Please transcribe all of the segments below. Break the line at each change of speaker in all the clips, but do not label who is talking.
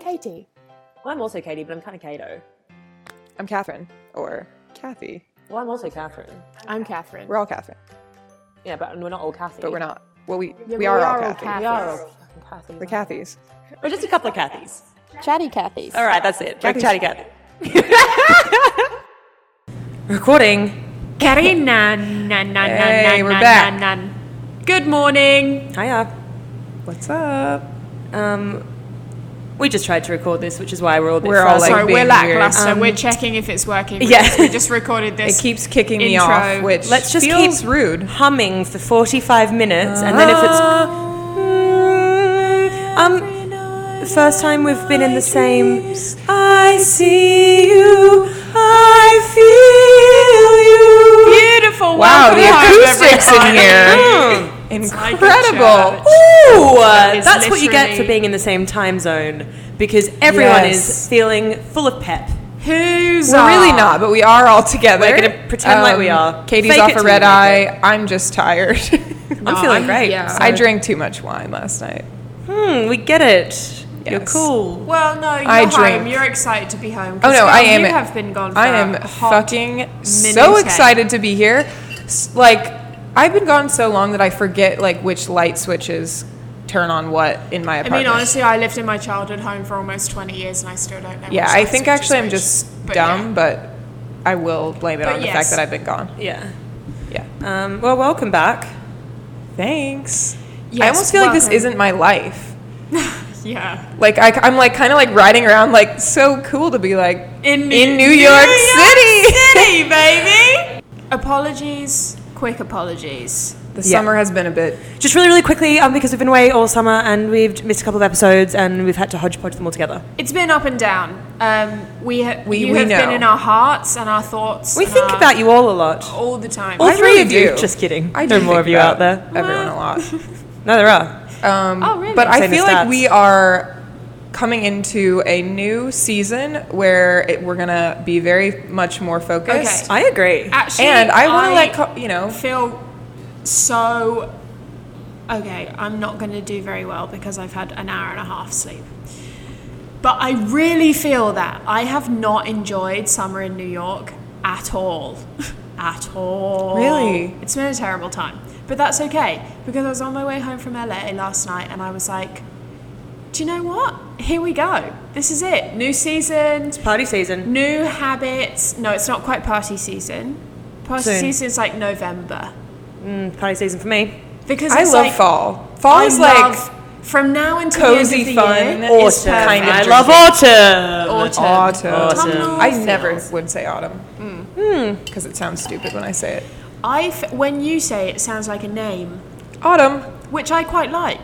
Katie.
I'm also Katie, but I'm kind of Kato.
I'm Catherine or Kathy.
Well, I'm also Catherine.
I'm Catherine.
We're all Catherine,
Yeah, but we're not all Kathy.
but we're not. Well, we
Yeah,
we
but
are,
we
all
are all
Kathy.
Kath-
We are all fucking Kathys.
We're Kathys.
We're just a couple of Kathys.
Chatty Cathy.
All right, that's it. Back
Kathy's-
chatty Kathy. Recording.
Karina, na, na, na,
Hey,
na,
we're
na,
back.
na, na. Good morning.
Hiya.
What's up?
Um, we just tried to record this, which is why we're all a bit
We're all,
frazzled.
like,
Sorry,
being
we're
weird.
lackluster. we're checking if it's working.
Yeah.
because we just recorded this.
Um, It keeps kicking me
intro.
off, which
Let's just
feels
keep
rude.
humming for 45 minutes, and then if it's um first time we've been in the same. I see you. I feel you.
beautiful.
Wow, the
welcome home,
acoustics in
everybody.
here.
like a
Incredible.
church.
Ooh, uh,
is
that's what you get
literally-
for being in the same time zone because everyone
Yes.
is feeling full of pep.
Who's
We're really not, but we are all together. Um,
We're gonna pretend like we are.
Katie's
Fake it
off a
till
red
we
eye.
make
I'm just tired.
I'm feeling great.
yeah.
Oh, I drank too much wine last night.
Hmm, we get it. You're
Yes.
cool.
Well, no, you're
I
home.
drink.
You're excited to be home. 'cause,
Oh no,
girl,
I am.
You have been gone. For
I am
a hot
fucking so
minute.
excited to be here. S- Like I've been gone so long that I forget like which light switches turn on what in my
I
apartment.
mean, honestly, I lived in my childhood home for almost 20 years, and I still don't know.
yeah,
which
I
light
think
switch is
actually I'm
which.
just
But yeah.
dumb, but I will blame it
But
on the
yes.
fact that I've been gone.
Yeah.
Yeah.
Um, well, welcome back.
Thanks. I
Yes,
almost feel like this
welcome.
isn't my life.
Yeah.
Like I, am like kind of like riding around like so cool to be like
In New-
in New
New
York
York
City.
City, baby. Apologies, quick apologies.
the
Yeah.
summer has been a bit.
Just really, really quickly, um, because we've been away all summer and we've missed a couple of episodes and we've had to hodgepodge them all together.
It's been up and down. Um, we ha-
We-
you
we
have been
know.
in our hearts and our thoughts.
We
and
think
our-
about you all a lot.
all the time.
All
I
three
really
of you.
do.
Just kidding.
I do
There are more
think
of you
about
out there.
Everyone a lot.
No, there are.
Um,
Oh, really?
But I
Same as
feel like
stats.
we are coming into a new season where it, we're gonna be very much more focused.
Okay.
I agree.
Actually,
And I want to let co- you know.
feel so okay i'm not going to do very well because i've had an hour and a half sleep but i really feel that i have not enjoyed summer in new york at all at all
Really?
it's been a terrible time but that's okay because i was on my way home from la last night and i was like do you know what here we go this is it new season
Party season.
New habits. No, it's not quite party season. Party
Soon.
season is like November
Mm, party season for me.
because
I
it's
love
like,
fall. Fall
I
is like
love- from now until
cozy
the end of the
fun.
year,
Autumn.
It's perfect.
Kind of
I
drinking.
love autumn.
Oh,
autumn. Hmm.
autumn.
Autumnal
I never
feels.
would say autumn
Hmm.
because it sounds stupid when I say it.
I f- when you say it, it sounds like a name,
Autumn.
which I quite like.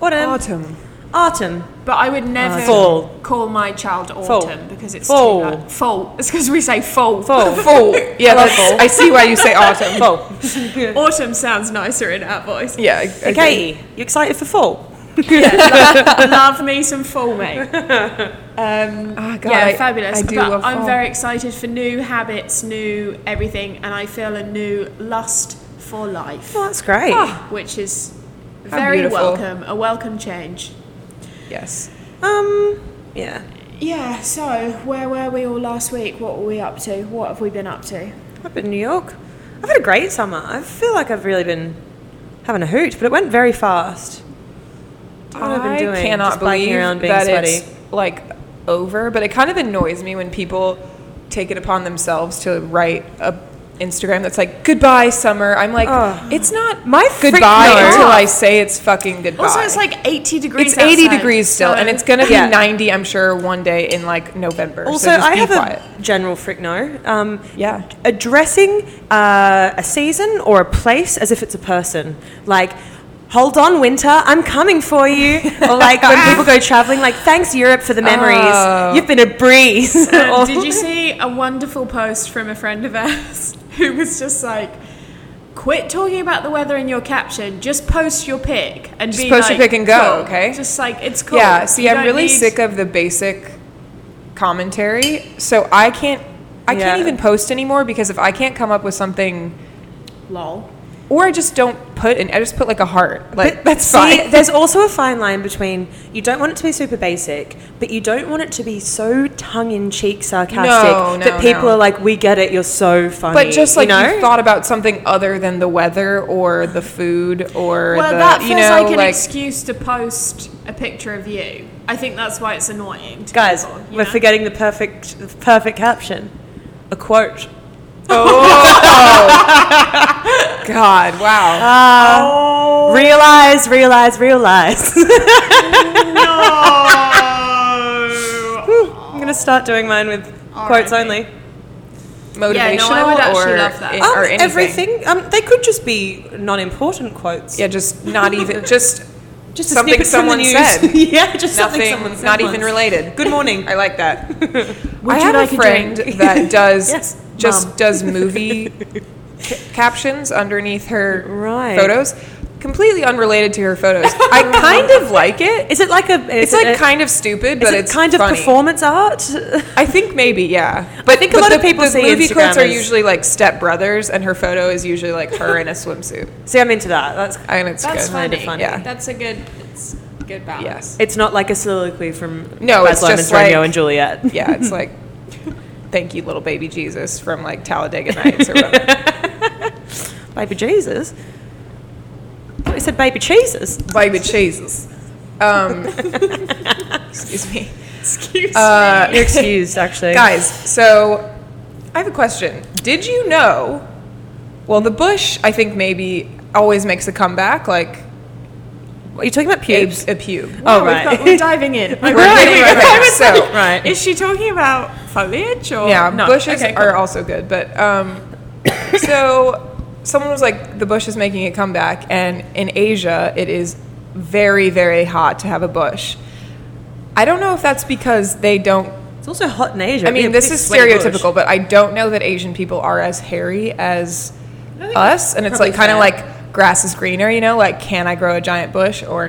Autumn.
Autumn.
Autumn.
But I would never
Fall.
call my child
Fall.
autumn because it's
Fall.
too like, fall. It's because we say fall.
Fall.
Fall. Yeah, that's, I see why you say autumn.
Fall.
Autumn sounds nicer in our voice.
Yeah.
Hey, Katie, you excited for fall?
Love me some fall, mate. Um,
Ah, God,
yeah,
I-
fabulous.
I do
but
love
I'm
fall.
very excited for new habits, new everything, and I feel a new lust for life,
Oh,
Ah.
Well, that's great.
which is
How
very
beautiful.
welcome, a welcome change.
Yes.
Um, yeah.
Yeah, so where were we all last week? What were we up to? What have we been up to?
I've been in New York. I've had a great summer. I feel like I've really been having a hoot, but it went very fast. That's what I've been doing,
cannot
just biking
believe
around being
that
sweaty.
it's like over, but it kind of annoys me when people take it upon themselves to write a Instagram that's like goodbye summer. I'm like,
Ugh.
it's not
My freak-
goodbye
no.
until I say it's fucking goodbye.
Also, it's like 80 degrees.
it's 80
outside,
degrees still,
so-
and it's gonna be
Yeah.
90, I'm sure, one day in like November.
Also,
so just
I
be
have
quiet.
a general frick no. Um,
Yeah.
Addressing uh, a season or a place as if it's a person. Like, hold on, winter, I'm coming for you. Or like when people go traveling, like, thanks, Europe, for the memories.
Oh.
You've been a breeze.
Um,
Or-
did you see a wonderful post from a friend of ours who was just like, "Quit talking about the weather in your caption. Just post your pic and
Just
be
post your
like,
pic and go,
cool.
okay?
Just like it's cool.
Yeah, see,
You
I'm
don't
really
need-
sick of the basic commentary, so I can't. I
Yeah.
can't even post anymore because if I can't come up with something
Lol.
Or I just don't put in. I just put like a heart.
But
Like that's
see,
fine.
There's also a fine line between you don't want it to be super basic, but you don't want it to be so tongue in cheek sarcastic
No, no,
that people
no.
are like, "We get it, you're so funny."
But just like
you
you,
know,
thought about something other than the weather or the food or
Well,
the,
that feels
you know
like an
like
excuse to post a picture of you. I think that's why it's annoying. To
guys,
people, you
we're
know?
forgetting the perfect, the perfect caption, a quote.
God wow.
Realize, realize, realize. I'm gonna start doing mine with quotes
Alrighty.
only.
Motivational
Yeah, no, I would actually
or,
love that.
in-
Um,
or anything.
everything. Um, they could just be non-important quotes.
Yeah, just not even just
just
a something snippet from the someone news. said.
yeah, just something
nothing,
someone said.
not even
once.
related.
Good morning.
I like that.
Would
I
you
have
like
a
a
friend
drink?
that does
Yes,
just
Mum.
does movie ca- captions underneath her
Right.
photos, completely unrelated to her photos. I kind of like it.
Is it like a?
It's like kind of stupid,
Is
but
it
it's
kind
funny.
of performance art?
I think maybe, yeah. But
think a
but
lot
the,
of people
the
see
movie
Instagram
quotes are
as-
usually like stepbrothers, and her photo is usually like her in a swimsuit,
See, I'm into that. That's
and it's
That's
good.
Kinda
funny.
funny.
Yeah.
That's a good. It's a good balance.
Yes.
it's not like a soliloquy from
No,
Baz
it's
Luhrmann's
just
Romeo
like-
and Juliet.
yeah, it's like, thank you, little baby Jesus from like Talladega Nights or whatever.
Baby Jesus. I thought you said baby Jesus.
baby Jesus. Um, excuse me.
Excuse
Uh,
You're excused, actually.
Guys, so I have a question. Did you know? Well, the Bush, I think, maybe always makes a comeback, like
are you talking about
a, a
pubes?
pube.
Oh,
Wow, we've
right.
got- we're diving in.
We're
Okay.
getting right there. So,
right.
Is she talking about foliage or
yeah,
no?
bushes
Okay,
are also good, but um, so someone was like, the bush is making a comeback, and in Asia, it is very, very hot to have a bush. I don't know if that's because they don't.
It's also hot in Asia.
I mean,
It'd be a
this
big
is
sweaty bush.
stereotypical, but I don't know that Asian people are as hairy as
I think
us, and it's
probably
like kind of
fair.
like grass is greener, you know, like can I grow a giant bush or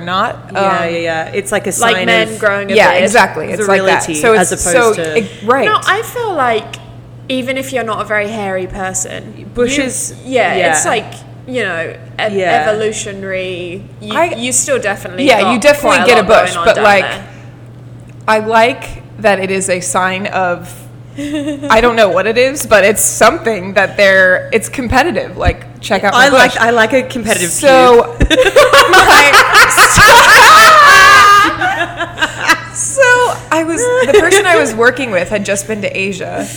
Yeah,
not? Um,
yeah, yeah. It's like a sign
like men
of,
growing a
yeah,
beard.
exactly. It's like that.
Virility
So it's
as
so
opposed to-
it- right.
No, I feel like even if you're not a very hairy person,
Bushes-
you- yeah,
yeah.
it's like you know, e-
Yeah.
evolutionary. You,
I-
you still definitely
Yeah,
got
you definitely
quite
get a
lot going
bush,
on
but,
down
like,
there.
I like that it is a sign of I don't know what it is, but it's something that they're it's competitive. Like check out my
I
bush.
like I like a competitive pube.
so my- so I was the person I was working with had just been to Asia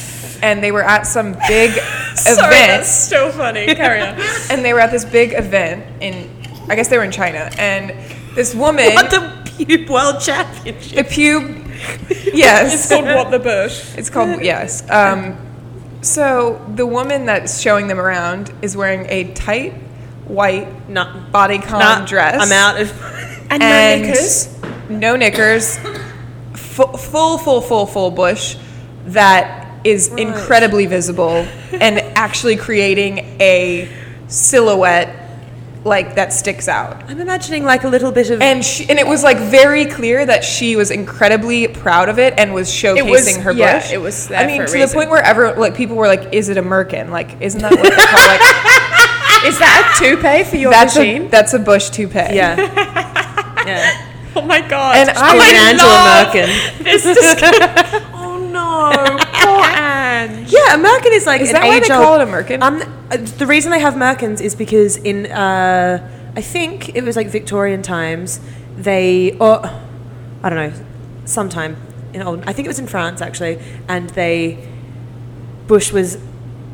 and they were at some big
Sorry,
event
that's so funny. Carry on.
and they were at this big event in I guess they were in China and this woman
What the pube world championship?
the pube yes
It's called what the bush.
It's called yes. Um, so the woman that's showing them around is wearing a tight white
No,
bodycon
no,
dress.
I'm out of.
And,
And
no knickers.
No knickers. Full, full, full, full, full bush that is incredibly visible and actually creating a silhouette like that sticks out.
I'm imagining like a little bit of.
And she, and it was like very clear that she was incredibly proud of it and was showcasing
was-
her
yeah,
bush.
it was
I
there
mean,
for a
to the
reason.
point where ever like people were like, "Is it a merkin? Like, isn't that what they call like
Is that a toupee for your
that's a
machine?
that's a bush toupee?"
yeah. yeah.
oh my god.
And I
She's an Angela
love-
Merkin.
It's disgusting. oh no, poor Ange.
Yeah, a Merkin is like
Is
an
that why they
age-old-
call it a merkin?
Um, uh, the reason they have Merkins is because in uh, I think it was like Victorian times they or I don't know sometime in old I think it was in France actually and they bush was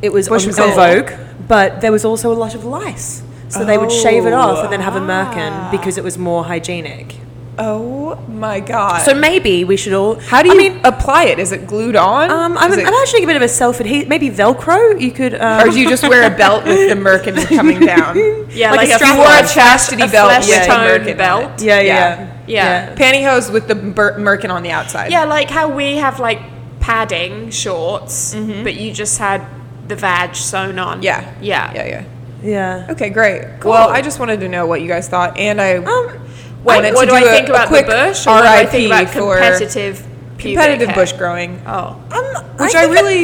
it was
Bush
on,
was
on
cool.
vogue but there was also a lot of lice so they would shave it off and then have a Merkin because it was
ah.
more hygienic.
Oh my god.
So maybe we should all
how do you
I mean,
apply it? Is it glued on?
um,
Is
I'm,
it-
I'm actually a bit of a self-adhesive. Maybe Velcro. You could. Um,
or do you just wear a belt with the merkin coming down?
Yeah,
Like
like,
a
If you
strap-on.
wore a chastity
a
belt
flesh
with a
tone
merkin on it.
belt.
Yeah, yeah,
Yeah.
yeah.
Yeah.
Pantyhose with the bur- merkin on the outside.
Yeah, like how we have like padding shorts, but you just had the vag sewn on.
Mm-hmm. Yeah.
Yeah.
Yeah. Yeah.
Yeah.
Okay, great. Well, I just wanted to know what you guys thought, and I
Um,
wanted
Like, Oh, what
to
do I
do a-
think
a
about
quick
the bush? Or what do I think
RIP
about
for
competitive pubic
competitive
hair?
bush growing,
Oh.
which I,
think it-
really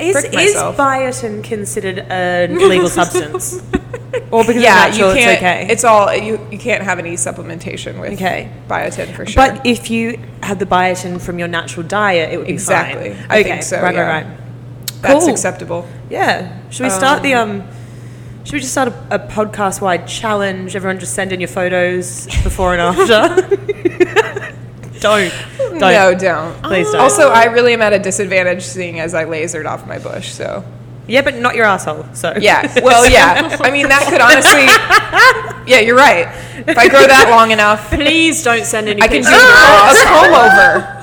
is
pricked
is
myself.
biotin considered an illegal substance? or because
yeah,
it's natural,
you
it's
can't.
okay.
It's all you. You can't have any supplementation with
Okay.
biotin for sure.
But if you had the biotin from your natural diet, it would be
Exactly.
fine.
I
okay.
think so,
Right,
yeah.
right, right.
that's
cool.
acceptable.
Yeah. Should we start the um? Should we just start a, a podcast-wide challenge? Everyone just send in your photos before and after. don't. Don't.
No, don't.
Please don't.
Also, I really am at a disadvantage seeing as I lasered off my bush. So
yeah, but not your asshole. So
yeah. Well, yeah. I mean, that could honestly. Yeah, you're right. If I grow that long enough,
Please don't send any
I can do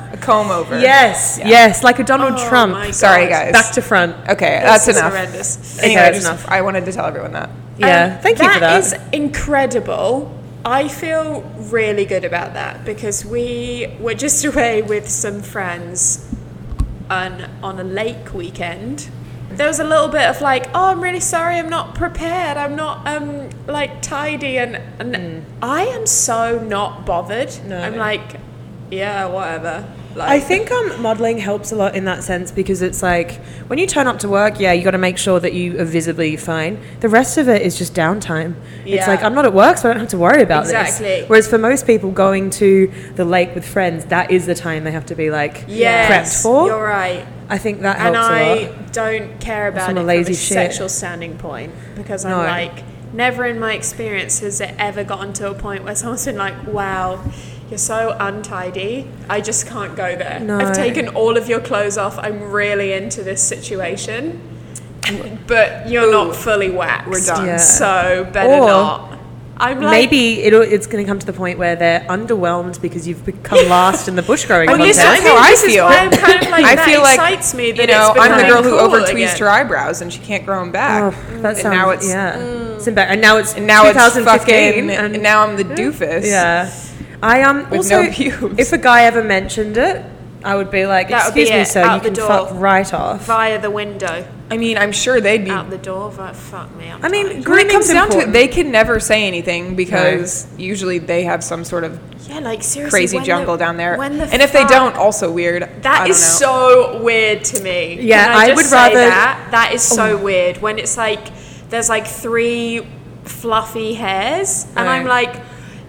a comb over.
pictures.
A comb over.
Yes.
Yeah.
Yes. Like a Donald
Oh
Trump.
my
Sorry,
God.
guys.
Back to front.
Okay,
This
that's
is
enough.
horrendous.
Anyway,
Okay, that's
just-
enough.
I wanted to tell everyone that.
Yeah.
Um,
Thank you for that.
That is incredible. I feel really good about that because we were just away with some friends on, on a lake weekend. There was a little bit of like, oh, I'm really sorry, I'm not prepared, I'm not um like tidy, and, and I am so not bothered.
Hmm. No.
I'm like, yeah, whatever. Like,
I think um, modeling helps a lot in that sense because it's like when you turn up to work, yeah, you got to make sure that you are visibly fine. The rest of it is just downtime. It's
Yeah.
like I'm not at work, so I don't have to worry about
Exactly.
this. Whereas for most people, going to the lake with friends, that is the time they have to be like
yes,
prepped for.
you're right.
I think that
and
helps a
I
lot.
don't care about
I'm
it
a
from
lazy
a
shit.
sexual standing point because
No.
I'm like, never in my experience has it ever gotten to a point where someone's been like, "Wow, you're so untidy. I just can't go there.
No.
I've taken all of your clothes off. I'm really into this situation, but you're not fully waxed.
we're done.
Yeah.
So better
Or
not. I'm like,
Maybe it'll, it's going to come to the point where they're underwhelmed because you've become last in the bush growing
Well, this
contest.
is how I
this is
feel.
why I'm kind of like,
I
that
feel like
excites me that
you know
it's
I'm the
becoming
girl who
cool
over
again.
tweezed her eyebrows and she can't grow them back.
Oh, that
and
sounds
now it's
yeah. It's embar- and now it's
and now it's
2015
fucking
and
and now I'm the doofus.
Yeah. I um also
no pubes.
if a guy ever mentioned it, I would be like,
That would be
"Excuse me,
it,
sir,
out
you
the
can
door."
fuck right off."
via the window.
I mean, I'm sure they'd be.
out the door, but fuck me. I'm
I mean,
tired.
When it comes
grooming's
down to it,
important.
they can never say anything because usually they have some sort of
yeah, like seriously,
crazy
when the-
jungle down there.
When the
and if they
fuck-
don't, also weird.
that
I
is
don't know.
so weird to me.
Yeah,
Can
I
just
would
say
rather- Oh.
that. That is so weird when it's like there's like three fluffy hairs, and I'm
Right.
like,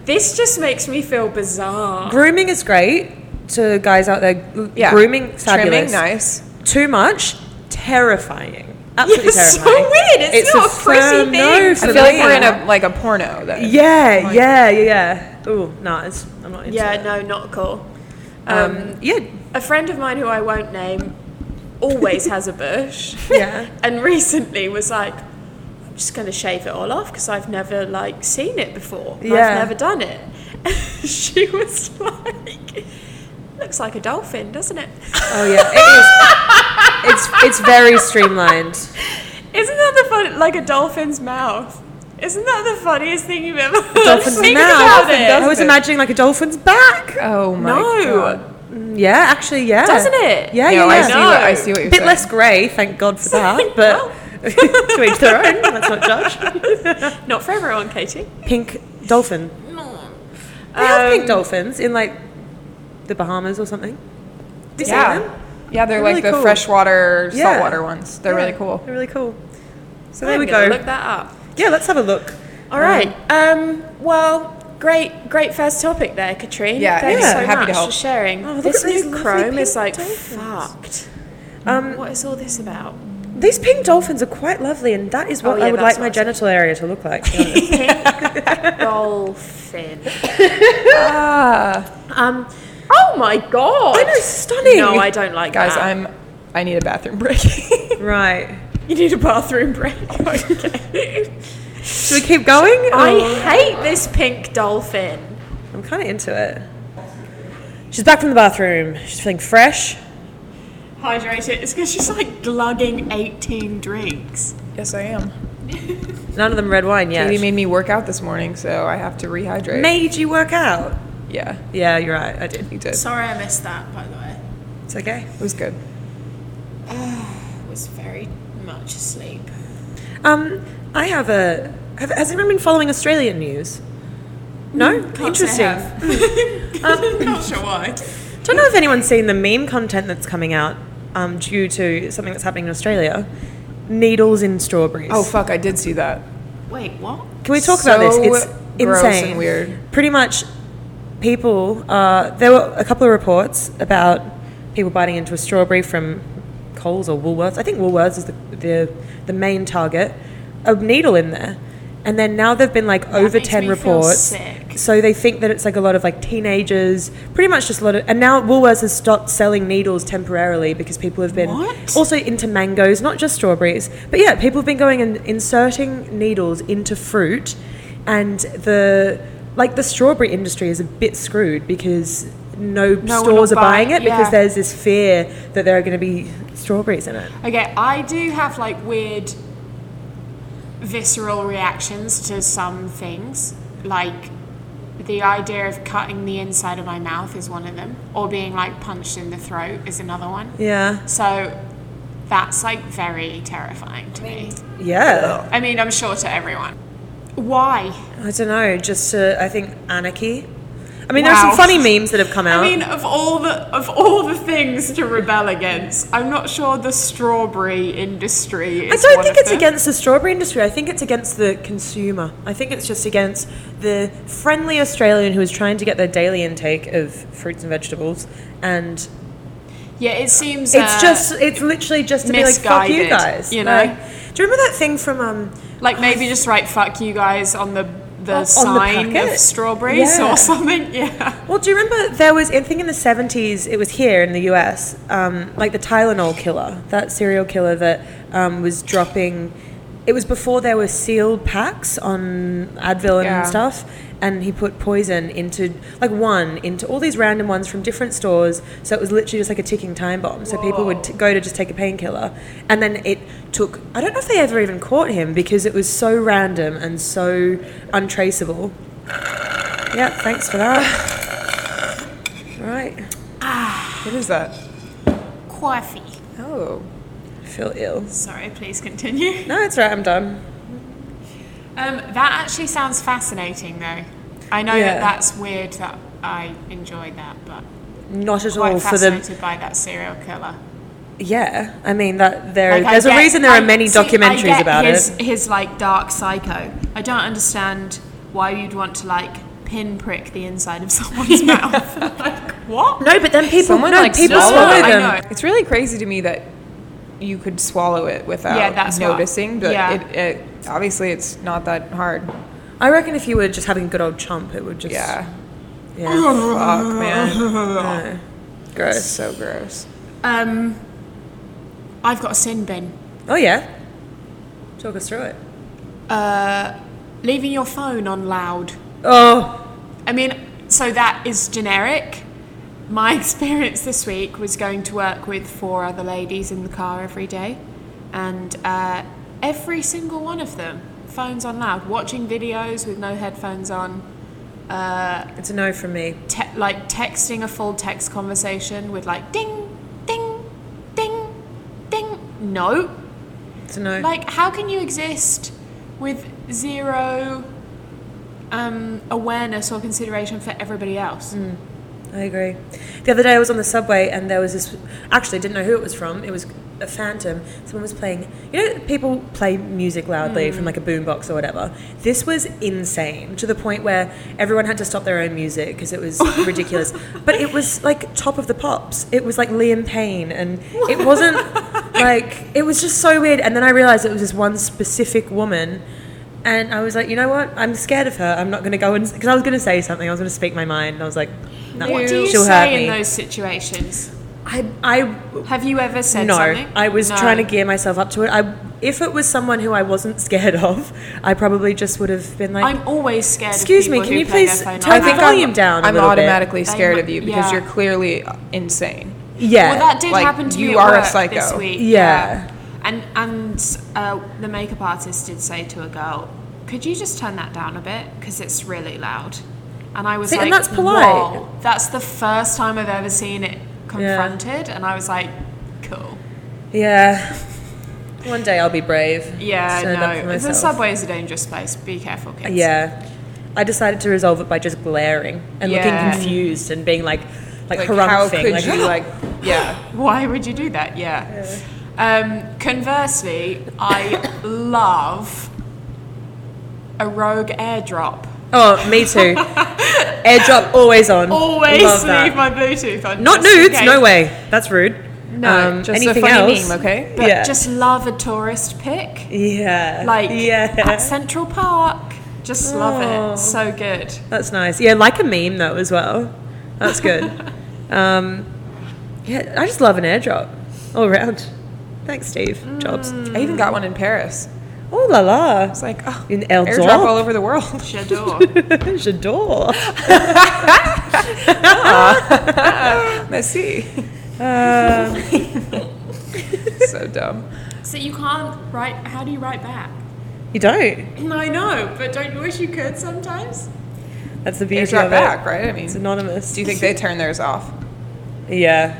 this just makes me feel bizarre.
grooming is great to guys out there. L-
yeah.
Grooming fabulous.
trimming nice.
Too much, terrifying. Absolutely
It's so
terrifying.
weird. It's,
It's
not
a
a pretty
firm
thing.
no
I
For
feel like
me.
we're in a like a porno. Then.
Yeah, yeah, yeah, yeah. Ooh, no, it's, I'm not into
Yeah,
it.
no, not cool. um,
Um, yeah,
a friend of mine who I won't name always has a bush.
Yeah.
and recently was like, I'm just going to shave it all off because I've never like seen it before.
Yeah.
I've never done it. she was like, looks like a dolphin, doesn't it?
Oh yeah, it is. It's it's very streamlined.
Isn't that the fun? Like a dolphin's mouth. Isn't that the funniest thing you've ever heard?
Dolphin's
Think
mouth.
about it.
I was imagining like a dolphin's back.
Oh my god.
No,
Yeah, actually, yeah.
doesn't it?
Yeah,
No,
yeah,
I
yeah.
see.
No.
What, I see what you're
A bit
saying.
less grey, thank God for that.
Well.
But to each their own. Let's not judge.
Not for everyone, Katie.
Pink dolphin.
No.
They have pink
Um,
dolphins in like the Bahamas or something. Do you see them?
Yeah. Yeah, they're,
They're
like
really
the
cool.
freshwater,
Yeah.
saltwater ones. They're
Yeah,
really cool.
They're really cool. So
I'm
there we
gonna
go.
Look that up.
Yeah, let's have a look.
All right. Um, well, great, great first topic there, Katrine.
Yeah,
Thanks
yeah,
so
happy to
much
help.
for sharing.
Oh, look
this
at these
new
lovely
Chrome is
pink
like
dolphins.
fucked.
Um,
Hmm. What is all this about?
These pink dolphins are quite lovely, and that is what
Oh, yeah,
I would like
that's what
my
I said.
genital area to look like. to be honest.
Dolphin. Um. Oh my god.
I know, stunning.
No, I don't like
Ah, Guys,
that.
I'm. I need a bathroom break.
right.
You need a bathroom break. Okay.
Should we keep going?
I hate this pink dolphin.
I'm kind of into it. She's back from the bathroom. She's feeling fresh.
Hydrated. It's because she's like glugging 18 drinks.
yes, I am.
None of them red wine yet.
Katie made me work out this morning, so I have to rehydrate.
Made you work out?
yeah,
Yeah, you're right. I did.
you did.
Sorry I missed that, by the way.
It's okay.
It was good.
I was very much asleep.
Um, I have a. Have, has anyone been following Australian news? No. Interesting.
I'm not sure why.
Don't know if anyone's seen the meme content that's coming out um, due to something that's happening in Australia. Needles in strawberries.
Oh fuck, I did see that.
Wait, what?
Can we talk about this?
So
It's
gross
insane.
and weird.
Pretty much, people. Uh, there were a couple of reports about people biting into a strawberry from Coles or Woolworths. I think Woolworths is the the, the main target. A needle in there, and then now there've been like over
makes
ten
me feel
reports.
sick.
So they think that it's like a lot of like teenagers, pretty much just a lot of. And now Woolworths has stopped selling needles temporarily because people have been
What?
also into mangoes, not just strawberries. But yeah, people have been going and inserting needles into fruit, and the like the strawberry industry is a bit screwed because no,
one
stores are
will
buying
buy
it
it, yeah.
because there's this fear that there are going to be strawberries in it.
Okay, I do have like weird visceral reactions to some things. Like the idea of cutting the inside of my mouth is one of them, or being like punched in the throat is another one.
Yeah,
So that's like very terrifying to me.
yeah.
I mean, I'm sure to everyone. Why?
I don't know. Just uh, I think anarchy. I mean, there are
Wow.
some funny memes that have come out.
I mean, of all the of all the things to rebel against, I'm not sure the strawberry industry.
I
Is
don't
one
think
of
it's
them.
against the strawberry industry. I think it's against the consumer. I think it's just against the friendly Australian who is trying to get their daily intake of fruits and vegetables. And
Yeah, it seems
it's
uh,
just, it's literally just to be like, fuck you
misguided,
guys.
you know?
Like, do you remember that thing from, um,
Like maybe just write "fuck you guys" on the the
On the
sign of
packet?
strawberries
Yeah.
or something. Yeah.
well, do you remember there was, I think in the 70s, it was here in the US, um, like the Tylenol killer, that serial killer that um, was dropping, it was before there were sealed packs on Advil and
Yeah.
stuff. stuff, and he put poison into like one into all these random ones from different stores so it was literally just like a ticking time bomb so people would t- go to just take a painkiller and then it took i don't know if they ever even caught him because it was so random and so untraceable yeah thanks for that right
What is that?
Coffee.
Oh.
i feel ill
Sorry, please continue.
no it's right i'm done
Um, that actually sounds fascinating, though. I know
Yeah.
that that's weird that I enjoyed that, but
not at
quite
all for the
fascinated by that serial killer.
yeah i mean that there
Like, I
there's a
get-
reason there are
I-
many
see, I
documentaries
get
about
his,
it
His like dark psycho. I don't understand why you'd want to like pinprick the inside of someone's mouth. Like what?
no but then people
Someone,
no,
like,
people
swallowed
swallow
it. I
them
know.
It's really crazy to me that you could swallow it without
Yeah, that's what-
noticing, but
yeah.
it, it obviously it's not that hard.
I reckon if you were just having a good old chomp, it would just
Yeah.
yeah.
Fuck, man.
No.
It's
gross.
so gross.
Um, I've got a sin bin.
Oh yeah, talk us through it.
Leaving your phone on loud.
Oh,
I mean, so that is generic. My experience this week was going to work with four other ladies in the car every day, and uh, every single one of them, phones on loud, watching videos with no headphones on,
it's a no from me.
te- like texting a full text conversation with like ding, ding, ding, ding. No,
It's a no.
Like, how can you exist with zero um, awareness or consideration for everybody else?
I agree. The other day I was on the subway and there was this. Actually, I didn't know who it was from. It was a Phantom. Someone was playing. You know, people play music loudly from like a boombox or whatever. This was insane to the point where everyone had to stop their own music because it was ridiculous. But it was like top of the pops. It was like Liam Payne, and it wasn't like it was just so weird. And then I realized it was this one specific woman. And I was like, you know what? I'm scared of her. I'm not going to go and because I was going to say something. I was going to speak my mind. And I was like, no,
What do you
she'll hurt
say
me.
in those situations?
I, I
Have you ever said
no,
something?
I was
No.
trying to gear myself up to it. I, if it was someone who I wasn't scared of, I probably just would have been like,
I'm always scared.
Excuse
of
me,
people
can
who
you
play their
please
phone
turn
on
the
loud.
volume down a
I'm
little bit.
automatically scared of you because
Yeah.
you're clearly insane.
yeah,
Well, that did
Like,
happen to me.
you
at
are a
work
psycho.
This week.
Yeah.
And and uh, the makeup artist did say to a girl, "Could you just turn that down a bit because it's really loud?" And I was
See,
like,
and that's polite.
"Whoa." That's the first time I've ever seen it confronted, and I was like, "Cool."
yeah. One day I'll be brave.
Yeah,
Stand up for
no. The
myself.
subway is a dangerous place. Be careful, kids.
Yeah, I decided to resolve it by just glaring and
Yeah.
looking confused and being like, like,
Like,
harumph
how
thing,
could
like,
you, like, yeah.
Why would you do that? Yeah. Um, conversely, I love a rogue airdrop.
Oh, me too. Airdrop always on.
Always
Love that.
leave my Bluetooth on.
Not
just in
nudes. No
case.
way. That's rude. Um,
No, just
anything
a funny
else?
meme, okay?
But
Yeah.
just love a tourist pic.
Yeah.
Like at
yeah.
Central Park. Just love
Oh.
it. So good.
That's nice. Yeah, like a meme though as well. That's good. um, yeah, I just love an airdrop all around. Thanks, Steve Jobs.
I even got one in Paris.
Oh la la.
Mm. It's like, oh,
In El
airdrop
Dorp.
all over the world.
J'adore.
J'adore.
Messy.
Um.
so dumb.
so you can't write. How do you write back?
You don't.
I know, but don't you wish you could sometimes?
That's the beauty
Airdrop
of
back,
it.
right? I mean,
It's anonymous.
do you think they turn theirs off?
Yeah,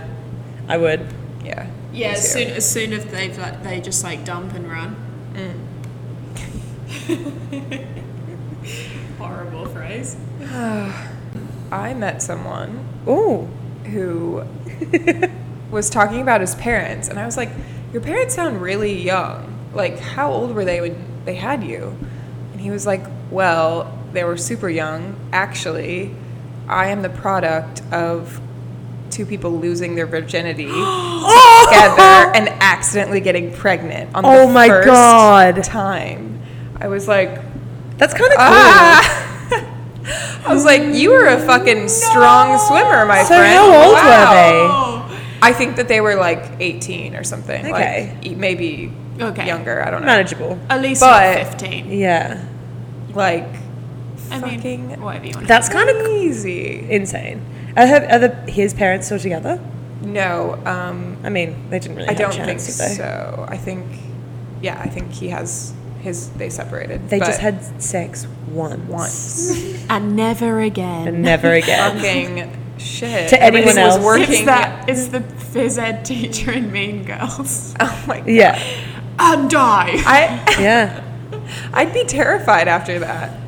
I would.
Yeah.
Yeah,
me too.
as soon as soon as they like, they just like dump and run.
Mm.
Horrible phrase.
I met someone
Oh,
who was talking about his parents, and I was like, Your parents sound really young. Like, how old were they when they had you? And he was like, Well, they were super young. Actually, I am the product of two people losing their virginity together and accidentally getting pregnant on
Oh
the
my
first
God.
time. I was like,
that's kind of cool.
Ah! I was like, you were a fucking strong swimmer, my
So
friend.
how old were
Oh,
they? I think that they were like 18 or something.
Okay.
Like, e- maybe
Okay.
younger. I don't know.
Manageable.
at least
But-
not fifteen.
Yeah,
Like,
I
fucking
mean, whatever you want.
that's kind of
crazy.
insane. Are, her, are the, his parents still together?
No, um,
I mean, they didn't really.
I
have a
don't think
chance, did they?
so. I think, yeah, I think he has his, they separated.
They just
but
had sex once.
once.
and never again.
And never again.
fucking shit.
To anyone
Everything was
else.
working.
It's that. It's the phys ed teacher in Mean Girls.
Oh my God.
yeah.
and Um, die.
I,
Yeah.
I'd be terrified after that.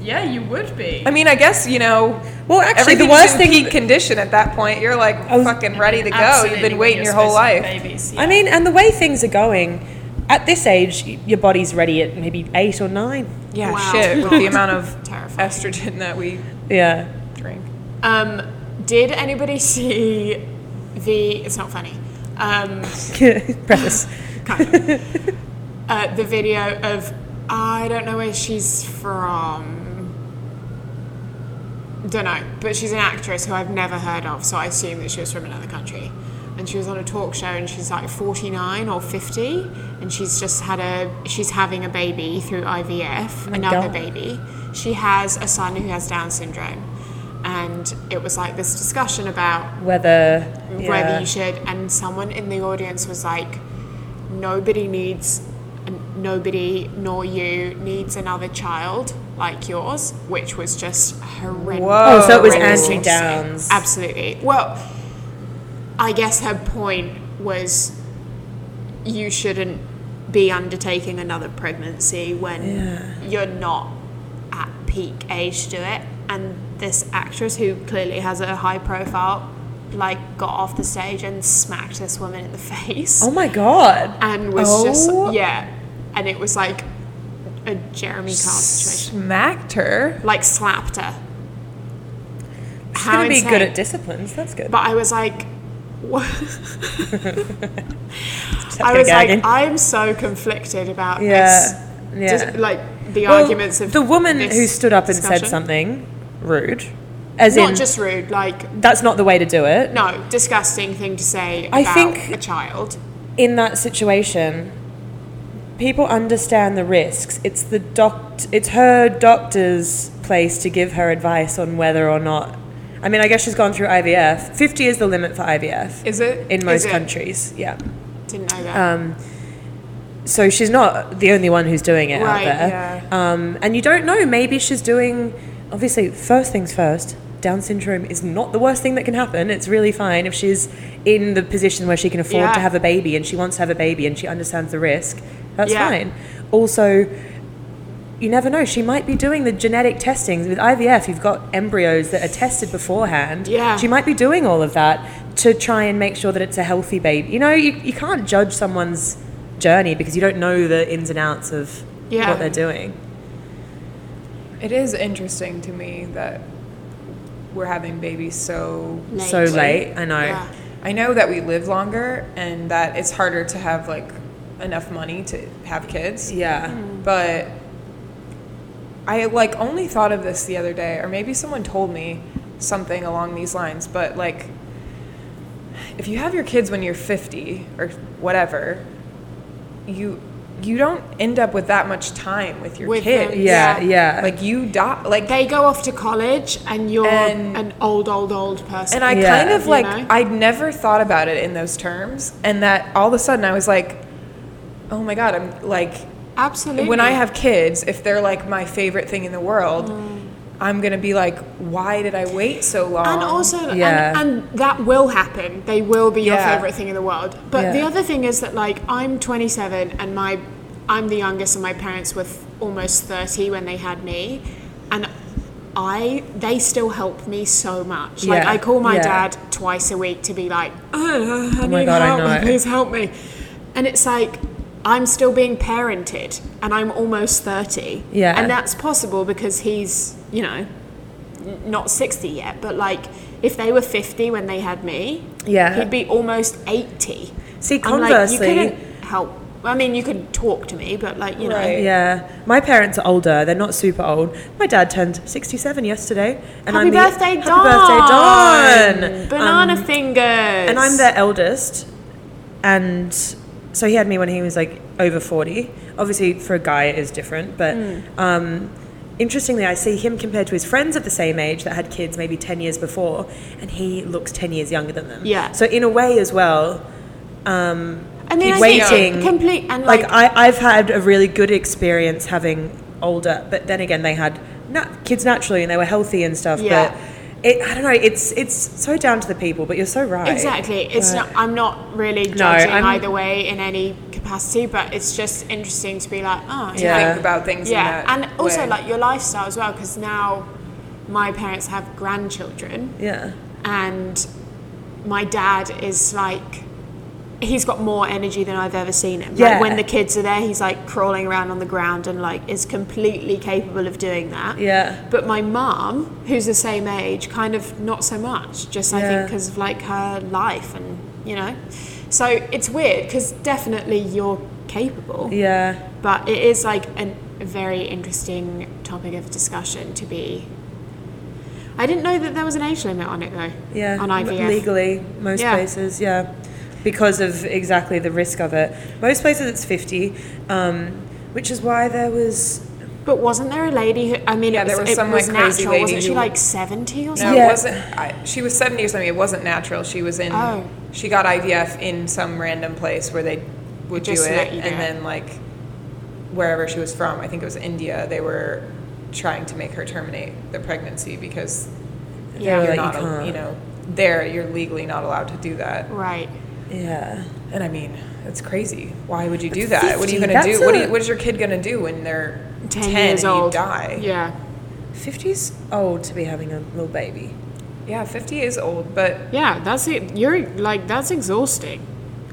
Yeah, you would be.
I mean, I guess you know.
Well, actually, the
everything's
worst
in
thing.
peak condition at that point. You're like
I was-
fucking ready to go. You've been waiting your whole life.
I mean, and the way things are going, at this age, y- your body's ready at maybe eight or nine.
Yeah,
Wow.
shit. With the amount of
Terrifying.
estrogen that we
Yeah.
drink.
Um, did anybody see the? It's not funny. Um,
Preface.
kind of. uh, the video of I don't know where she's from. Don't know, but she's an actress who I've never heard of, so I assume that she was from another country. And she was on a talk show, and she's like 49 or 50, and she's just had a she's having a baby through IVF, another
Oh God.
baby. She has a son who has Down syndrome, and it was like this discussion about
Whether.
whether
Yeah.
you should. And someone in the audience was like, nobody needs, n- nobody nor you needs another child like yours, which was just horrendous.
Whoa.
Oh, so it was
horrendous
Andrew
thing to say.
Downs.
Absolutely. Well, I guess her point was you shouldn't be undertaking another pregnancy when you're not at peak age to do it. And this actress, who clearly has a high profile, like got off the stage and smacked this woman in the face
Oh my god.
and was
Oh.
just, yeah. And it was like a Jeremy Carl situation.
Smacked her.
Like slapped her.
She's gonna be good at disciplines. That's good.
But I was like, what?
Stop
I was
gagging.
like, I'm so conflicted about
yeah. Yeah.
this. Just, like the
Well,
arguments of
the woman
this
who stood up and said
discussion.
something rude, as
Not
in
just rude, like
that's not the way to do it.
no, disgusting thing to say
I
about
think-
a child.
in that situation, people understand the risks. It's the doc. It's her doctor's place to give her advice on whether or not. I mean, I guess she's gone through IVF. Fifty is the limit for IVF
Is it?
in most
it?
countries. Um, Yeah.
Didn't know that.
So she's not the only one who's doing it
Right,
out there.
yeah.
Um, and you don't know. Maybe she's doing. Obviously, first things first. Down syndrome is not the worst thing that can happen. It's really fine if she's in the position where she can afford to
Yeah.
have a baby and she wants to have a baby and she understands the risk. That's
Yeah.
fine. Also, you never know. She might be doing the genetic testings with IVF. You've got embryos that are tested beforehand.
Yeah.
She might be doing all of that to try and make sure that it's a healthy baby. You know, you, you can't judge someone's journey because you don't know the ins and outs of
Yeah.
what they're doing.
It is interesting to me that we're having babies so.
Late.
So late, I know.
Yeah.
I know that we live longer and that it's harder to have like enough money to have kids.
Yeah.
Mm.
but I like only thought of this the other day, or maybe someone told me something along these lines. But like, if you have your kids when you're 50 or whatever, you you don't end up with that much time with your
With
kids.
them,
Yeah, yeah.
Like you die. Like
They go off to college, and you're
And-
an old, old, old person.
And I
Yeah.
kind of
You
like
know?
I'd never thought about it in those terms, and that all of a sudden I was like, oh my god, I'm like
absolutely
when I have kids, if they're like my favorite thing in the world, I'm gonna be like, why did I wait so long?
Mm. And also,
Yeah.
and, and that will happen. They will be your
Yeah.
favorite thing in the world. But the
Yeah.
other thing is that, like, I'm 27 and my, I'm the youngest, and my parents were th- almost 30 when they had me, and I, they still help me so much. Like,
Yeah.
I call my
Yeah.
dad twice a week to be like, oh, I
my
need
God, I
help,
know.
please help me, and it's like. I'm still being parented and I'm almost 30.
Yeah.
And that's possible because he's, you know, not 60 yet, but like if they were 50 when they had me,
Yeah.
he'd be almost 80.
See,
I'm like, you
conversely-
couldn't help. I mean, you could talk to me, but like, you know.
Right.
Yeah, my parents are older. They're not super old. My dad turned 67 yesterday, and
Happy
I'm the,
birthday,
happy
Dawn!
birthday, Dawn!
Banana
Um,
fingers. And
and I'm their eldest, and so he had me when he was like over 40. Obviously, for a guy, it is different, but.
Hmm.
Um, Interestingly, I see him compared to his friends of the same age that had kids maybe 10 years before, and he looks 10 years younger than them.
Yeah.
So, in a way, as well,
I mean, I
waiting.
think complete and
like,
like,
I, I've had a really good experience having older, but then again, they had nat- kids naturally and they were healthy and stuff.
Yeah.
But it, I don't know. It's it's so down to the people, but you're so right.
exactly. It's
Right.
not. I'm not really judging
I'm-
either way in any capacity, but it's just interesting to be like, oh,
to
Yeah.
think about things.
yeah,
in that
and also
way.
like your lifestyle as well, because now my parents have grandchildren.
Yeah.
and my dad is like he's got more energy than I've ever seen him.
Yeah.
Like when the kids are there, he's like crawling around on the ground and like is completely capable of doing that.
Yeah.
But my mum, who's the same age, kind of not so much. Just I
Yeah.
think because of like her life and you know, so it's weird because definitely you're capable,
Yeah.
but it is like an, a very interesting topic of discussion to be. I didn't know that there was an age limit on it though.
Yeah.
On
M-
IVF.
Legally, most
Yeah.
places. Yeah. Because of exactly the risk of it. Most places it's 50, um, which is why there was.
But wasn't there a lady who? I mean,
Yeah,
it was,
there was
it
some,
was
like,
natural.
crazy lady
wasn't she
who-
like seventy or
no,
something?
Yeah.
it wasn't. I, she was seventy or something. It wasn't natural. She was in.
Oh.
She got IVF in some random place where they would
Just
do it,
let you do
and
it.
then like wherever she was from, I think it was India. They were trying to make her terminate the pregnancy because
Yeah.
you're
Like, you
not, al-
can't.
you know, there you're legally not allowed to do that.
Right.
Yeah.
And I mean, that's crazy. Why would you do that? what are you
50,
gonna do?
that's
What, do
a-
you, what is your kid gonna do when they're
Ten,
10
years
and
old.
you die?
Yeah.
50's old to be having a little baby.
Yeah, 50 is old, but
Yeah. That's it. You're like that's exhausting.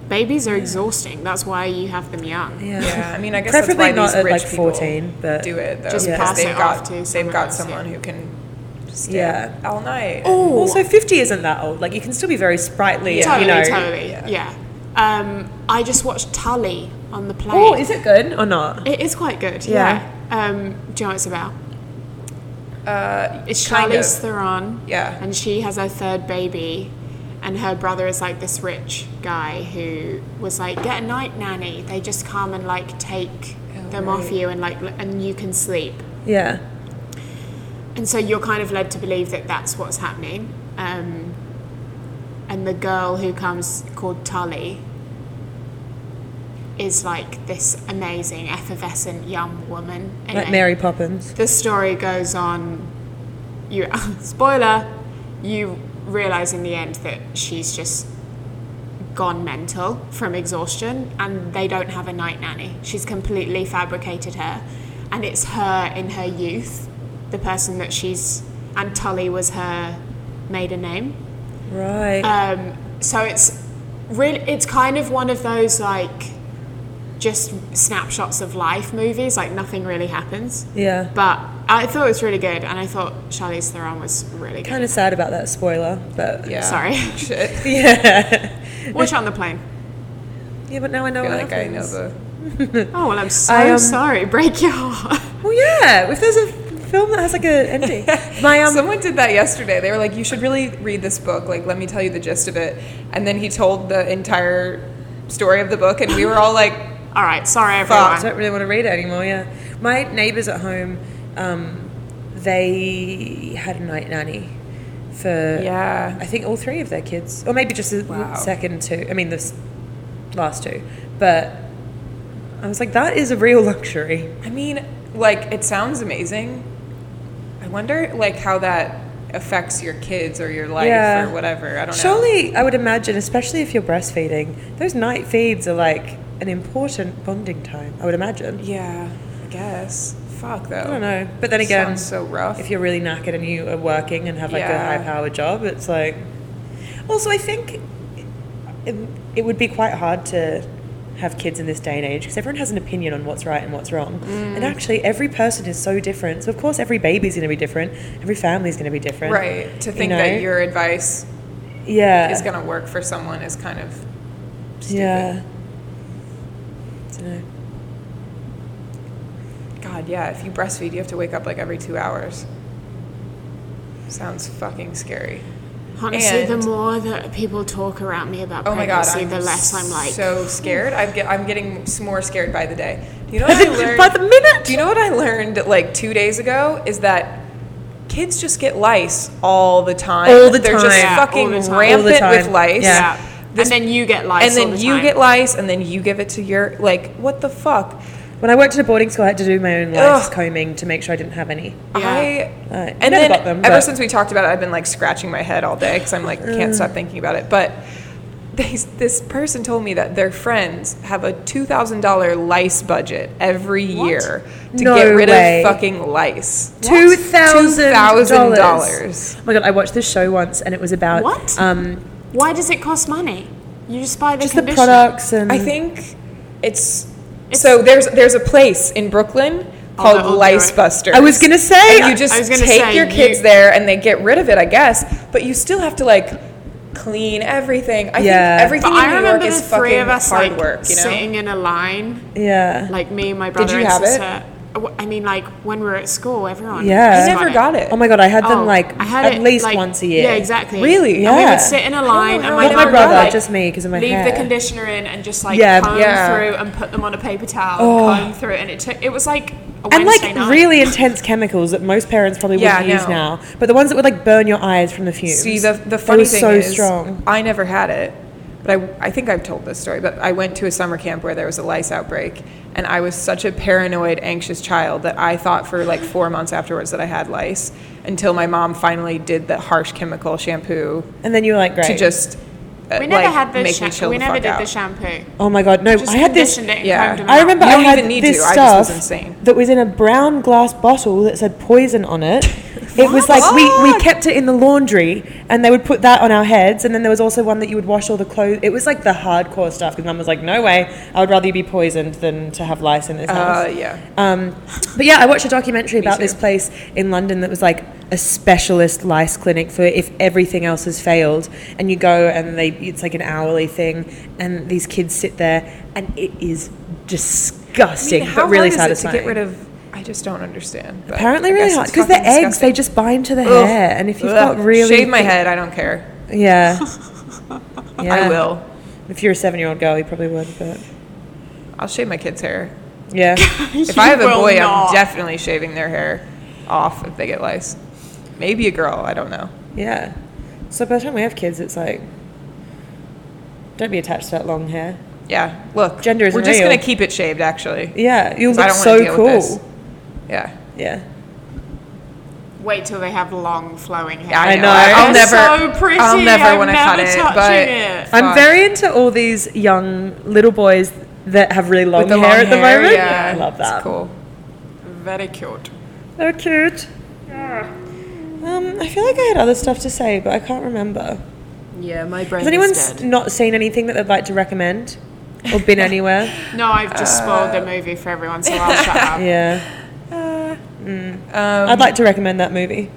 Babies are exhausting. That's why you have them young.
Yeah.
yeah, I mean, I guess
Preferably
that's why
not
these
at
rich
like
people
14, but.
do it though,
Just
because
pass
they've
it
got
off to
they've
someone
got
else, yeah.
someone who can stay
Yeah.
up all night.
Oh.
Also, 50 isn't that old. Like, you can still be very sprightly, and,
Totally.
you know.
totally. Yeah. Um, I just watched Tully on the plane.
Oh, is it good or not?
It is quite good.
Yeah.
Yeah. Um, do you know what it's about?
Uh,
It's
kind
Charlize
of.
Theron.
Yeah.
And she has her third baby, and her brother is like this rich guy who was like, get a night nanny. They just come and like take them off you and like, l- and you can sleep.
Yeah.
And so you're kind of led to believe that that's what's happening. Um, and the girl who comes called Tully is like this amazing, effervescent young woman.
Like
Anyway,
Mary Poppins.
the story goes on you spoiler you realize in the end that she's just gone mental from exhaustion and they don't have a night nanny she's completely fabricated her and it's her in her youth the person that she's and tully was her maiden name
Right.
um, so it's really it's kind of one of those like just snapshots of life movies like nothing really happens
yeah.
but I thought it was really good, and I thought Charlize Theron was really good.
Kind of sad about that spoiler, but
Yeah.
Sorry.
Shit.
yeah.
Watch it on the plane.
Yeah, but now I know
I feel
what
like I know
happens.
the.
Oh well, I'm so
I, um,
sorry. Break your heart.
Well, yeah. If there's a film that has like a ending, my um,
Someone did that yesterday. They were like, "You should really read this book. Like, let me tell you the gist of it." And then he told the entire story of the book, and we were all like,
All right, sorry
Fuck.
I
everyone.
don't really want to read it anymore. Yeah, my neighbors at home, um, they had a night nanny for
"Yeah,
I think all three of their kids, or maybe just the
Wow.
second two. I mean, the s- last two, but I was like, that is a real luxury.
I mean, like it sounds amazing. I wonder like how that affects your kids or your life
Yeah.
or whatever. I don't know.
Surely, I would imagine, especially if you're breastfeeding, those night feeds are like an important bonding time. I would imagine.
Yeah, I guess. Fuck though.
I don't know, but then again,
sounds so rough.
if you're really knackered and you are working and have like
Yeah.
a high power job, it's like. Also, I think it, it would be quite hard to have kids in this day and age because everyone has an opinion on what's right and what's wrong.
Mm.
And actually, every person is so different. So, of course, every baby's going to be different, every family's going to be different.
right. To
You
think
know?
that your advice
yeah,
is going to work for someone is kind of
Yeah. I don't know.
God, yeah, if you breastfeed, you have to wake up like every 2 hours. Sounds fucking scary.
Honestly, the
And-
more that people talk around me about
Oh my god,
pregnancy,
I'm
the less I'm like.
so scared. I'm, get, I'm getting s- more scared by the day. Do you know what I learned?
By the minute!
Do you know what I learned like two days ago? Is that kids just get lice all the time.
All the
They're just
time. Yeah,
fucking
all the time.
rampant
All the time.
with lice.
Yeah.
yeah.
This-
and then you get
And
lice. all
then
the
you
time.
get lice, and then you give it to your like, what the fuck?
When I worked at a boarding school, I had to do my own lice
Ugh.
combing to make sure I didn't have any.
I
Uh, I
and
never
then
got them,
ever
but- Mm.
since we talked about it, I've been like scratching my head all day because I'm like can't stop thinking about it. But they, this person told me that their friends have a two thousand dollar lice budget every year to
No
get rid
way.
of fucking lice.
Two thousand
$2,000.
Oh my god! I watched this show once, and it was about
What?
Um,
Why does it cost money? You just buy the
just the
conditioner.
products and
I think it's, so there's there's a place in Brooklyn
I'll
called
go- I'll do
Lice
it.
Busters.
I was gonna say-
And you
I
just
was gonna
take
say,
your kids
you-
there and they get rid of it, I guess. But you still have to like clean everything. I
Yeah.
think everything in
But I
New York
remember the
is
three
fucking
of us
hard
like
work. You know,
sitting in a line,
yeah.
like me, my brother,
you
and
have it?
sister. It? I mean, like when we were at school, everyone.
Yeah.
just
I never got it.
oh my god! I had
Oh,
them like
I had
at
it,
least
like-
once a year.
Yeah, exactly.
Really?
And we
Yeah.
would sit in a
know
line, and
how
my,
I
Not my
never
would,
brother,
like,
just me because of my
leave
hair.
the conditioner in and just like
Yeah, Oh.
comb
yeah.
through and put them on a paper towel, comb through, and it took. It was like a
and like
Wednesday night.
really intense chemicals that most parents probably
Yeah,
wouldn't
I
use
know.
now, but the ones that would like burn your eyes from the fumes.
See, the,
They
the funny
were
thing
so
is,
strong.
I never had it, but I, I think I've told this story, but I went to a summer camp where there was a lice outbreak, and I was such a paranoid, anxious child that I thought for like four months afterwards that I had lice until my mom finally did the harsh chemical shampoo
And then you were like, great.
to just uh,
We never
like,
had the
make me
shampoo.
chill
We
the
never
fuck
did
out.
the shampoo.
oh my god! No,
Just
I had this.
conditioned it and
yeah.
combed them
I
out.
remember
You
I
don't
had
even need
this
to. I
stuff
just was insane.
that was in a brown glass bottle that said poison on it. It was like we, we
Fuck.
kept it in the laundry and they would put that on our heads and then there was also one that you would wash all the clothes. It was like the hardcore stuff because mum was like, no way, I would rather you be poisoned than to have lice in this house.
Uh, yeah.
Um, but yeah, I watched a documentary about this
too.
place in London that was like a specialist lice clinic for if everything else has failed, and you go and they it's like an hourly thing, and these kids sit there, and it is
I mean,
disgusting,
how
but really
hard
satisfying.
is it to get rid of? I just don't understand. but
Apparently,
I
really
guess
hard
it's
because the
fucking
eggs they
disgusting.
just bind to the
Ugh.
hair, and if you've
Ugh.
got really
shave my head, I don't care.
yeah, yeah,
I will.
If you're a seven-year-old girl, you probably would, but
I'll shave my kids' hair.
yeah.
If I have a
will
boy,
not.
I'm definitely shaving their hair off if they get lice. Maybe a girl, I don't know.
Yeah. So by the time we have kids, it's like, don't be attached to that long hair.
Yeah, look,
Gender isn't
We're just gonna
real.
keep it shaved, actually.
Yeah, you
'cause I
look
don't wanna
so
deal
cool.
with this. Yeah,
Yeah.
Wait till they have long flowing hair.
yeah I,
I
know.
know.
I'll
They're
never.
so pretty.
I'll never
I'm
want to cut
never
it.
touching
But
it.
fuck.
I'm very into all these young little boys that have really long
With the
hair
long
at the
hair,
moment.
Yeah,
I love that.
It's cool.
Very cute.
They're cute. Um, I feel like I had other stuff to say, but I can't remember.
Yeah, my brain
Has anyone s- not seen anything that they'd like to recommend or been anywhere? uh,
No, I've just spoiled the movie for everyone, so I'll shut up.
Yeah.
Uh, Um,
Mm. I'd like to recommend that movie.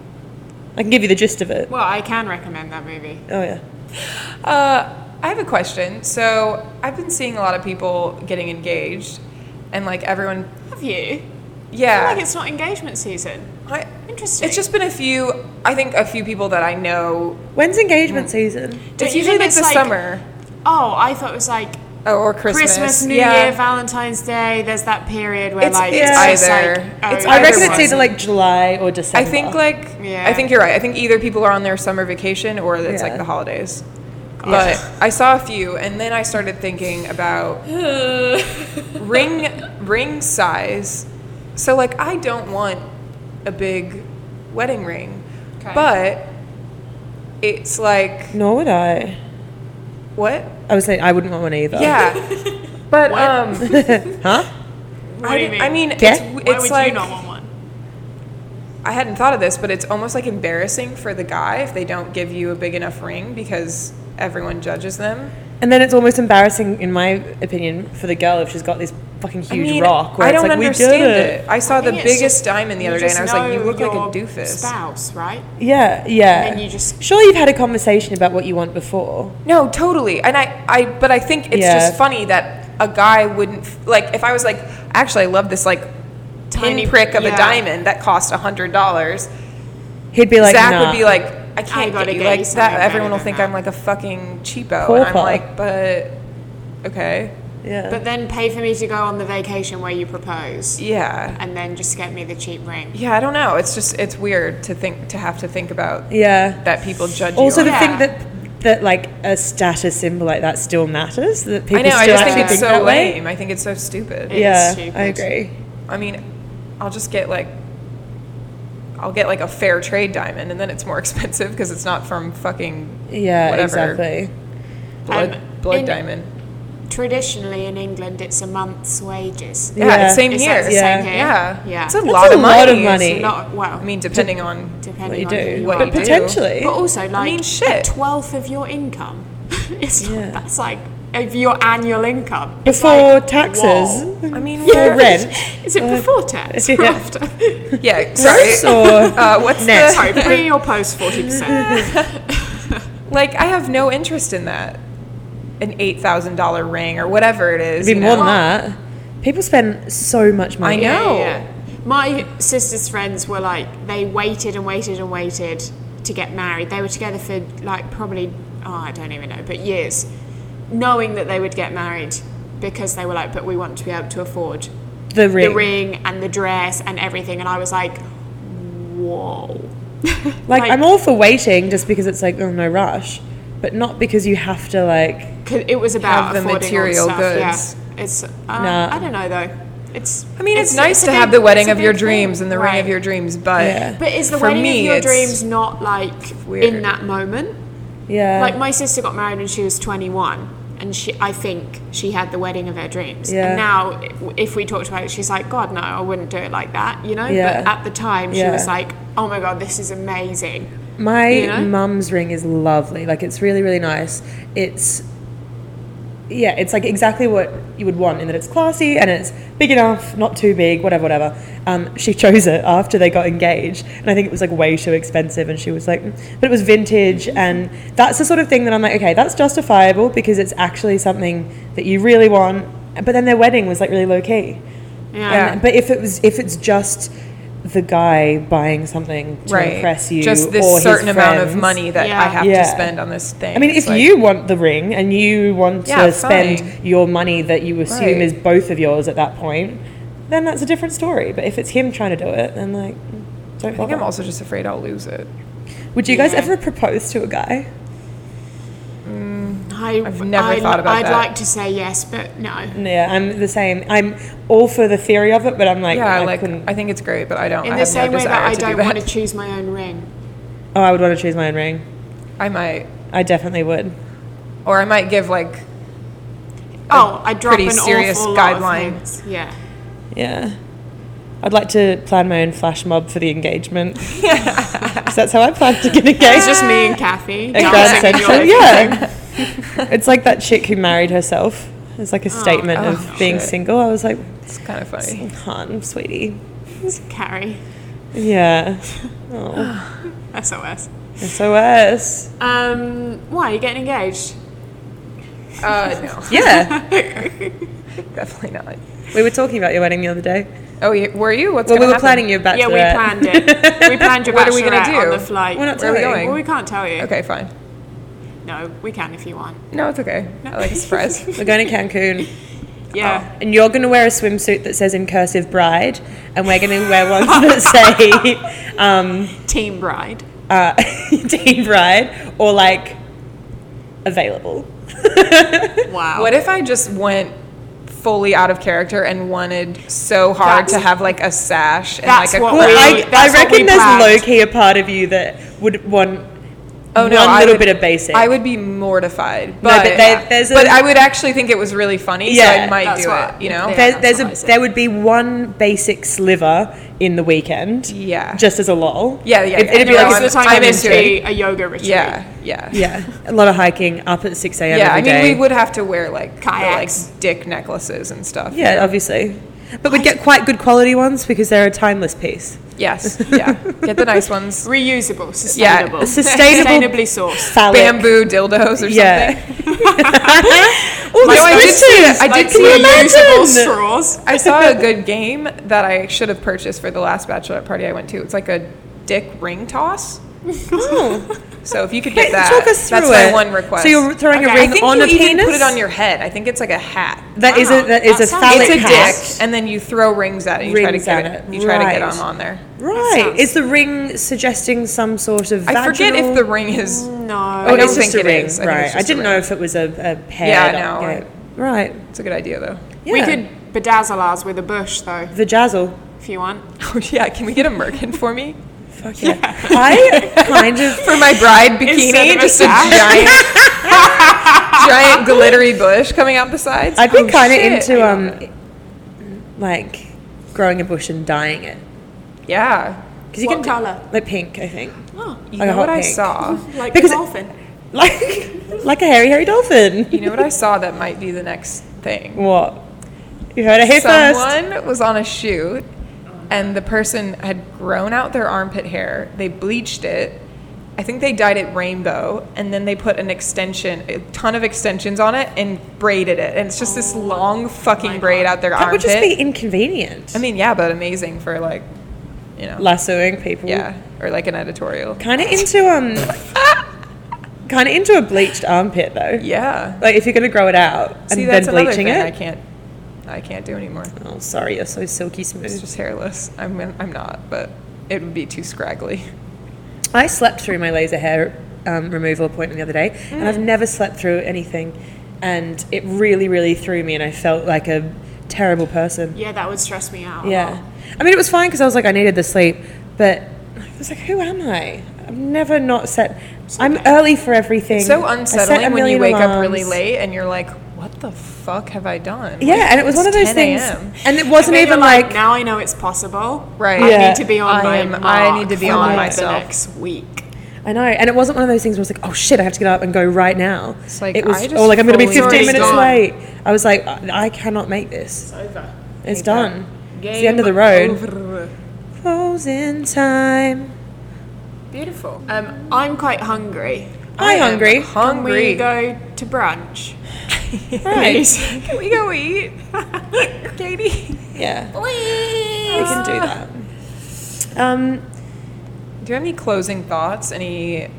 I can give you the gist of it.
Well, I can recommend that movie.
Oh yeah.
Uh, I have a question. So I've been seeing a lot of people getting engaged, and like everyone,
Have you? I
yeah.
feel like it's not engagement season.
I-
Interesting.
it's just been a few. I think a few people that I know.
When's engagement season?
Don't
it's
you
usually
think
like
it's
the
like
summer
oh, I thought it was like
oh, or Christmas.
Christmas, New
yeah.
Year, Valentine's Day. There's that period where
It's-
like
it's
just
either.
like,
It's
oh,
I
either
reckon
one.
it's either like July or
I
December.
think like
Yeah.
I think you're right. I think either people are on their summer vacation or it's
Yeah.
like the holidays. But I saw a few, and then I started thinking about ring ring size. So like I don't want a big wedding ring,
Okay.
but it's like
Nor would I.
what?
I was saying I wouldn't want one either.
Yeah, but um,
Huh?
What
I,
do you
didn't-
mean?
I mean it's,
Yeah.
w-
Why
it's
would
like
you not want one?
I hadn't thought of this, but it's almost like embarrassing for the guy if they don't give you a big enough ring because everyone judges them.
And then it's almost embarrassing, in my opinion, for the girl if she's got this fucking huge
I mean,
rock. Where
I
it's
don't
like, we
understand
did it.
I saw the
I think it's
biggest
just-
diamond the
you
other day,
just
and I was like,
know
"You look like a
your
doofus."
Spouse, right?
Yeah, yeah.
And then you just-
Sure, you've had a conversation about what you want before.
No, totally. And I, I, but I think it's
Yeah.
just funny that a guy wouldn't f- like if I was like, actually, I love this like
Tiny-
pinprick of
yeah.
a diamond that cost a hundred dollars.
He'd be like,
Zach
nah.
would be like, "I
I
can't
gotta
get you
get
like
you
that."
something
Everyone will
better
think
than
I'm like a fucking cheapo, and I'm
Pauper.
like, "But okay,
yeah.
But then pay for me to go on the vacation where you propose,
yeah."
and then just get me the cheap ring.
Yeah, I don't know. It's just it's weird to think to have to think about
yeah.
that people judge
Also,
you.
the
on.
thing
Yeah.
that that like a status symbol like that still matters. That people
I know.
still
I just
actually
think
think,
it's so
that way.
lame. I think it's so stupid.
It is
Yeah,
stupid.
I agree.
I mean, I'll just get like, I'll get like a fair trade diamond, and then it's more expensive because it's not from fucking
Yeah,
Whatever.
exactly.
blood,
Um,
blood
in-
diamond.
Traditionally in England, it's a month's wages.
Yeah,
Yeah.
same
Is
here.
that the
Yeah.
same here?
Yeah,
Yeah.
it's a
That's
lot
a
of money.
lot of
It's
money.
Not well.
not- I mean, depending on
depending
What you
on
do,
who
what
are.
but
do.
potentially,
But also, like,
mean, shit.
a twelfth of your income. it's
Yeah.
not, that's like of your annual income It's
before
like,
taxes,
whoa.
I mean,
before
yeah.
rent,
Is it before tax or
yeah.
after?
Yeah, sorry.
gross or
Uh, what's
Next.
Sorry,
the
pre or post forty percent?
like? I have no interest in that. An eight thousand dollar ring or whatever it is.
it'd be
you
more
know?
than that. People spend so much money.
know. No.
My sister's friends were like they waited and waited and waited to get married. They were together for like probably oh, I don't even know, but years, knowing that they would get married because they were like, but we want to be able to afford
The ring.
the ring and the dress and everything. And I was like, whoa.
Like, I'm all for waiting just because it's like, oh, no rush, but not because you have to, like,
'cause it was about
the
affording all
material
stuff,
goods.
Yeah. It's uh,
Nah.
I don't know though. It's
I mean, it's,
it's
nice
a
to
big-
have the wedding
it's a
of your
big thing.
dreams and the ring
Right.
of your dreams, but
Yeah.
But is the
for
wedding
me,
of your
it's-
dreams not like
weird. Uh,
in that moment?
yeah.
Like my sister got married when she was 21, and she, I think, she had the wedding of her dreams.
Yeah.
And now, i- if we talked about it, she's like, God, no, I wouldn't do it like that, you know.
Yeah.
But at the time, she
Yeah.
was like, Oh my God, this is amazing.
My
You know?
mum's ring is lovely. Like it's really, really nice. It's yeah, it's like exactly what you would want in that it's classy and it's big enough, not too big, whatever, whatever. Um, she chose it after they got engaged, and I think it was like way too expensive. And she was like, "Mm." but it was vintage, and that's the sort of thing that I'm like, okay, that's justifiable because it's actually something that you really want. But then their wedding was like really low key.
Yeah.
And- but if it was, if it's just the guy buying something to
right.
impress you,
Just this
or his
certain amount of
friends,
money that I
Yeah.
have
Yeah.
to spend on this thing.
I mean,
It's
if
like-
you want the ring and you want
Yeah,
to spend
fine.
your money that you assume
Right.
is both of yours at that point, then that's a different story. But if it's him trying to do it, then like, don't
I think
bother.
I'm also just afraid I'll lose it.
Would you guys
Yeah.
ever propose to a guy?
I,
I've never
I-
thought about
I'd
that.
like to say yes, but no.
Yeah, I'm the same. I'm all for the theory of it, but I'm like,
yeah,
I
like
couldn't.
I think it's great, but I don't.
In
I
the
have
same
no
way that
desire
I
to do
don't
that.
want to choose my own ring.
oh, I would want to choose my own ring.
I might,
I definitely would.
or I might give like
Oh, I drop
pretty
an
serious
awful lot of
guideline.
things. Yeah.
Yeah. I'd like to plan my own flash mob for the engagement. 'Cause that's how I plan to get engaged.
It's just me and Kathy.
at Grand
dancing in your
Central.
living
Yeah. it's like that chick who married herself. It's like a statement
Oh,
of being
shit.
single. I was like,
it's kind of funny.
hon, sweetie.
rooms, Carrie.
Yeah. Oh,
SOS.
SOS.
Um, why are you getting engaged?
Uh, no,
Yeah,
definitely not.
we were talking about your wedding the other day.
Oh, yeah, were you? What's
Well, we
gonna
were
happen?
planning your bachelorette.
yeah, we planned it. We planned your
What are we gonna
bachelorette
do?
on the flight.
We're not
Where are we
telling.
going?
Well, we can't tell you.
Okay, fine.
No, we can if you want.
No, it's okay. I like a surprise.
We're going to Cancun,
Yeah.
and you're going to wear a swimsuit that says "in cursive bride," and we're going to wear ones that say um,
Oh. Team bride.
uh, "Dean Bride" or like "available."
Wow.
What if I just went fully out of character and wanted so hard
That's-
to have like a sash and
that's
like a
what
quilt?
we-
Well,
Really?
I, I
That's what we
reckon there's
planned.
low key a part of you that would want
Oh no,
one
I
little
would-
bit of basic.
I would be mortified.
but
But,
there- there's a-
but I would actually think it was really funny, so
Yeah.
I might
That's
do
what-
it. You know?
yeah.
There,
that's
there's
what I
a
said.
there would be one basic sliver in the weekend.
Yeah.
Just as a lull.
Yeah, yeah,
It,
yeah.
would be
no,
like
because the time
I'm
it would
into it.
be a yoga retreat.
Yeah, yeah,
Yeah. A lot of hiking up at six a.m.
Yeah, I
every
mean,
day.
we would have to wear like the,
Kayaks.
like dick necklaces and stuff.
Yeah, obviously. But we'd get quite good quality ones because they're a timeless piece.
Yes. Yeah. Get the nice ones.
Reusable, sustainable,
Sustainable-
sustainably sourced.
Phallic.
Bamboo dildos or
Yeah. Oh,
something. Although I did see, I did
Like
see a
reusable straws.
I saw a good game that I should have purchased for the last bachelorette party I went to. It's like a dick ring toss.
Oh.
So if you could get
Wait,
that,
talk us through
that's
it.
my one request.
So you're throwing a
Okay, I
ring
I think
on
you
a
even
penis?
put it on your head. I think it's like a hat.
That is
Wow,
a that is
that
a
sounds-
phallic
it's a
hat.
dick, and then you throw rings at it. You try to
Rings
get
at
it.
it.
You try to get
Right.
them on there.
Right.
sounds-
Is the ring suggesting some sort of
I forget if
vaginal-
the ring is.
No,
I
Oh,
don't
it's just
think
a
it
ring,
is. I think
right?
it's
I
just a
didn't
ring.
know if it was a, a pair.
no, I-
Right.
It's a good idea though.
we
Yeah.
could bedazzle ours with a bush though,
Vajazzle.
if you want.
Oh yeah, can we get a merkin for me
Fuck yeah. I kind of.
for my bride
Instead
bikini?
of a
Just a
sash.
giant, giant glittery bush coming out the sides.
I've been
Oh,
kind of
shit, I
into
love
um,
it.
like growing a bush and dyeing it
Yeah,
because you
What
can
colour?
like pink, I think,
Oh,
you
Like a
know what
hot
I
pink.
saw.
like
Because it-
a dolphin.
like like a hairy hairy dolphin.
You know what I saw that might be the next thing.
What? You heard it here first.
Someone was on a shoot and the person had grown out their armpit hair. They bleached it. I think they dyed it rainbow and then they put an extension, a ton of extensions on it and braided it. And it's just this long fucking braid out their
That would
armpit.
just be inconvenient.
I mean, yeah, but amazing for like, you know,
lassoing people.
yeah, or like an editorial.
Kind of into um. kind of into a bleached armpit though.
Yeah.
Like if you're gonna grow it out and
See,
then
that's another
bleaching
thing I
it.
can't, I can't do anymore.
Oh, sorry, you're so silky
It's
smooth.
just hairless. I'm, I'm not, but it would be too scraggly.
I slept through my laser hair um, removal appointment the other day, and
Mm.
I've never slept through anything, and it really, really threw me, and I felt like a terrible person.
Yeah, that would stress me out. a lot.
Yeah, I mean it was fine because I was like I needed the sleep, but I was like, who am I? I've never not set. I'm early for everything.
It's so
I set a
unsettling when you
million
wake up really
alarms.
late and you're like, what the fuck have I done?
Yeah, and it was one of
It's
those
10
things,
a.m..
and it
And
wasn't
then
even
you're like,
like
now I know it's possible.
Right.
I
Yeah.
need to be on
I
my
am- I
mark
need to be
for,
on
like,
myself.
the next week.
I know, and it wasn't one of those things where I was like, "Oh shit, I have to get up and go right now."
It's like,
it was,
I just
or like I'm going to be
fully- It's
15
already
minutes
gone.
late. I was like, "I I cannot make this.
It's over.
It's
Hate that.
done. It's the end of the road." Closing time.
Beautiful. Um, I'm quite hungry.
I'm hungry.
Can we
Hungry.
go to brunch?
Right.
Can we go eat? Katie?
Yeah. We can do that. Um,
Do you have any closing thoughts? Any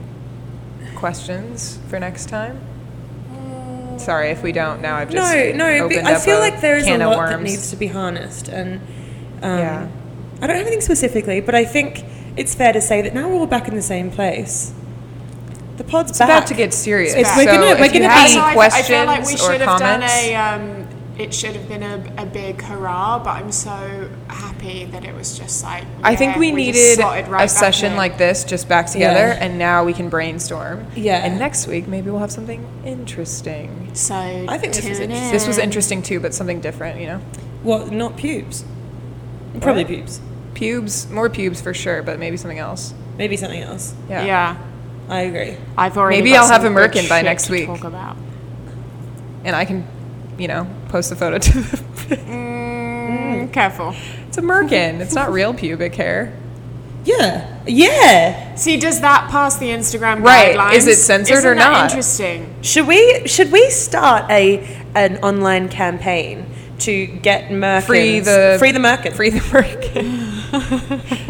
questions for next time?
Mm.
Sorry if we don't. Now I've just
no, no. be-
opened
I
up
feel like there is a
can of
lot that
worms.
needs to be harnessed, and um,
Yeah.
I don't have anything specifically, but I think it's fair to say that now we're all back in the same place. The pod's
It's about to get serious.
It's-
so
we're gonna- we're
if you
gonna
have
be-
So
any
I, I
questions
feel like we
or
should have done
comments.
a. Um, it should have been a, a big hurrah, but I'm so happy that it was just like.
I think
yeah,
we,
just
needed
slotted
a
right back
session
in.
like this, just back together,
Yeah.
and now we can brainstorm.
Yeah.
And next week, maybe we'll have something interesting.
So
I think this was
tune
interesting.
This was
in.
interesting too, but something different, you know?
Well, not pubes. Probably pubes.
Pubes, more pubes for sure, but maybe something else.
Maybe something else.
Yeah.
I agree.
I've already.
Maybe
got
I'll have
some
a
good
merkin by
shit
next
to
week.
Talk about.
And I can, you know, post the photo to the.
Mm, Careful.
it's a merkin. It's not real pubic hair.
Yeah. Yeah.
See, does that pass the Instagram
Right.
guidelines?
Is it censored
Isn't
or
that
not?
Interesting.
Should we should we start a an online campaign to get Merkins
Free the-
free the Merkin?
Free the Merkin.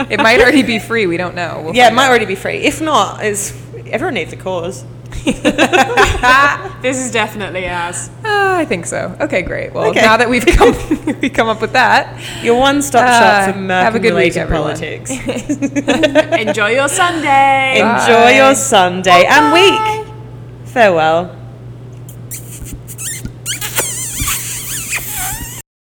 it might already be free. We don't know. We'll
Yeah, it
find
might
out.
already be free. If not, is everyone needs a cause.
This is definitely us.
Ah, I think so. Okay, great. Well,
Okay.
now that we've come we come up with that,
Your one stop shop
Uh,
for Merkin
have a good week,
related
everyone.
politics.
Enjoy your Sunday.
Enjoy your Sunday and week. Farewell.